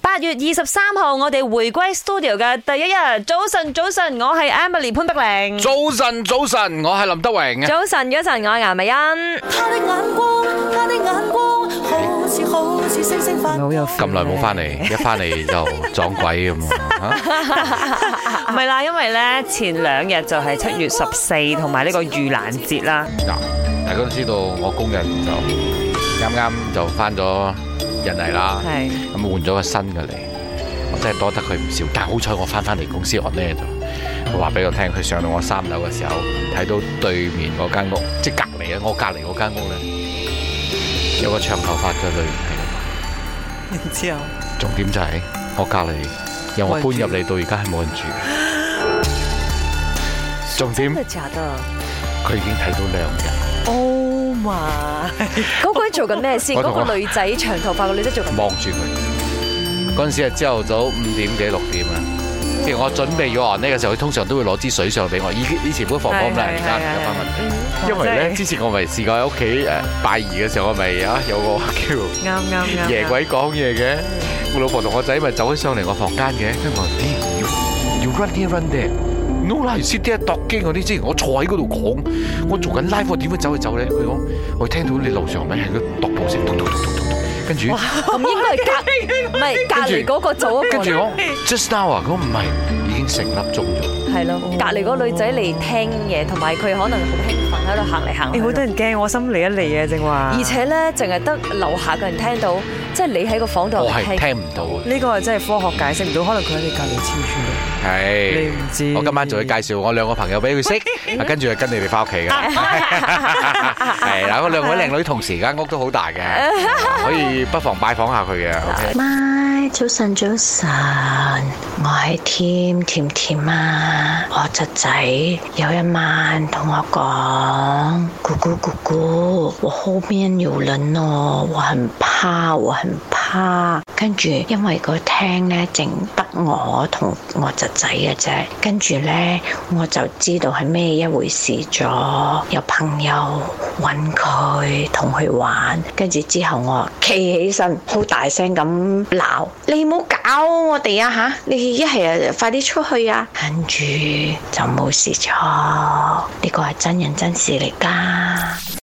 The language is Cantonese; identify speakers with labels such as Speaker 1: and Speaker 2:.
Speaker 1: 八月二十三號，我哋回歸 studio 嘅第一日，早晨，早晨，我係 Emily 潘碧玲。
Speaker 2: 早晨，早晨，我係林德榮。
Speaker 1: 早晨，早晨，我係顏美欣。
Speaker 3: 他的眼光，他的眼光，好似好似星星發光。
Speaker 2: 咁耐
Speaker 1: 啊
Speaker 2: 冇翻嚟，一翻嚟就撞鬼咁啊！
Speaker 1: 唔係啦，因為咧前兩日就係七月十四同埋呢個盂蘭節啦。
Speaker 2: 嗱，大家都知道我工人就啱啱就翻咗印尼啦，
Speaker 1: 係
Speaker 2: 咁換咗個新嘅嚟，我真係多得佢唔少。但好彩我翻翻嚟公司我呢度，佢話俾我聽，佢上到我三樓嘅時候，睇到對面嗰間屋，即係隔離啊，我隔離嗰間屋咧，有個長頭髮嘅女人喺度。
Speaker 1: 然之後，
Speaker 2: 重點就係我隔離由我搬入嚟到而家係冇人住嘅。 重點
Speaker 1: 真係假得
Speaker 2: 佢已經睇到兩日，
Speaker 1: ？Oh my！
Speaker 4: 嗰個人做緊咩先？
Speaker 2: 我同
Speaker 4: 嗰個女仔長頭髮個女仔做緊咩？
Speaker 2: 望住佢。嗰陣時係朝頭早五點幾六點啊，即係我準備咗按呢嘅時候，佢通常都會攞支水上俾我。以以前本房房咁啦，而家唔得翻問題。因為咧，之前我咪試過喺屋企誒拜二嘅時候，我咪啊有個叫。
Speaker 4: 嗯
Speaker 1: 啱啱啱。
Speaker 2: 夜鬼講嘢嘅，我老婆同我仔咪走起上嚟我房間嘅，跟住我話咦要要 run here run there。no 啦，先啲度機嗰啲，之前我坐喺嗰度講，我做緊 live，我點會走去走咧？佢講我聽到你樓上咪係個踱步聲，咚咚咚咚咚咚，跟住
Speaker 4: 咁應該係 隔唔係隔離嗰個做一個
Speaker 2: 跟住我 just now 啊，佢話唔係，已經成粒鐘咗。
Speaker 4: 係咯，隔離嗰個女仔嚟聽嘢，同埋佢可能好興奮喺度行嚟行去
Speaker 1: 哎你好得人驚，我心嚟一嚟啊，正話。
Speaker 4: 而且咧，淨係得樓下嘅人聽到，即係你喺個房度
Speaker 2: 我哦係聽唔到嘅。
Speaker 1: 呢個真係科學解釋唔到，可能佢喺你隔離黐住
Speaker 2: 係，
Speaker 1: 你唔知
Speaker 2: 我今晚就會介紹我兩個朋友俾 佢識，啊跟住就跟你哋翻屋企㗎。 係啦，我兩位靚女同時間屋都好大 嘅，可以不妨拜訪下佢嘅。OK
Speaker 5: 咪早晨早晨，我係甜甜甜啊！我侄仔有一晚同我講，姑姑姑姑，我後面有人哦，我很怕，我很怕。跟住因為個廳咧淨得我同我侄仔嘅啫，跟住咧我就知道係咩一回事咗。有朋友揾佢同佢玩，跟住之後我企起身，好大聲咁鬧：你唔好搞我哋啊吓！你一係啊快啲出去啊！跟住就冇事咗，呢個係真人真事嚟㗎。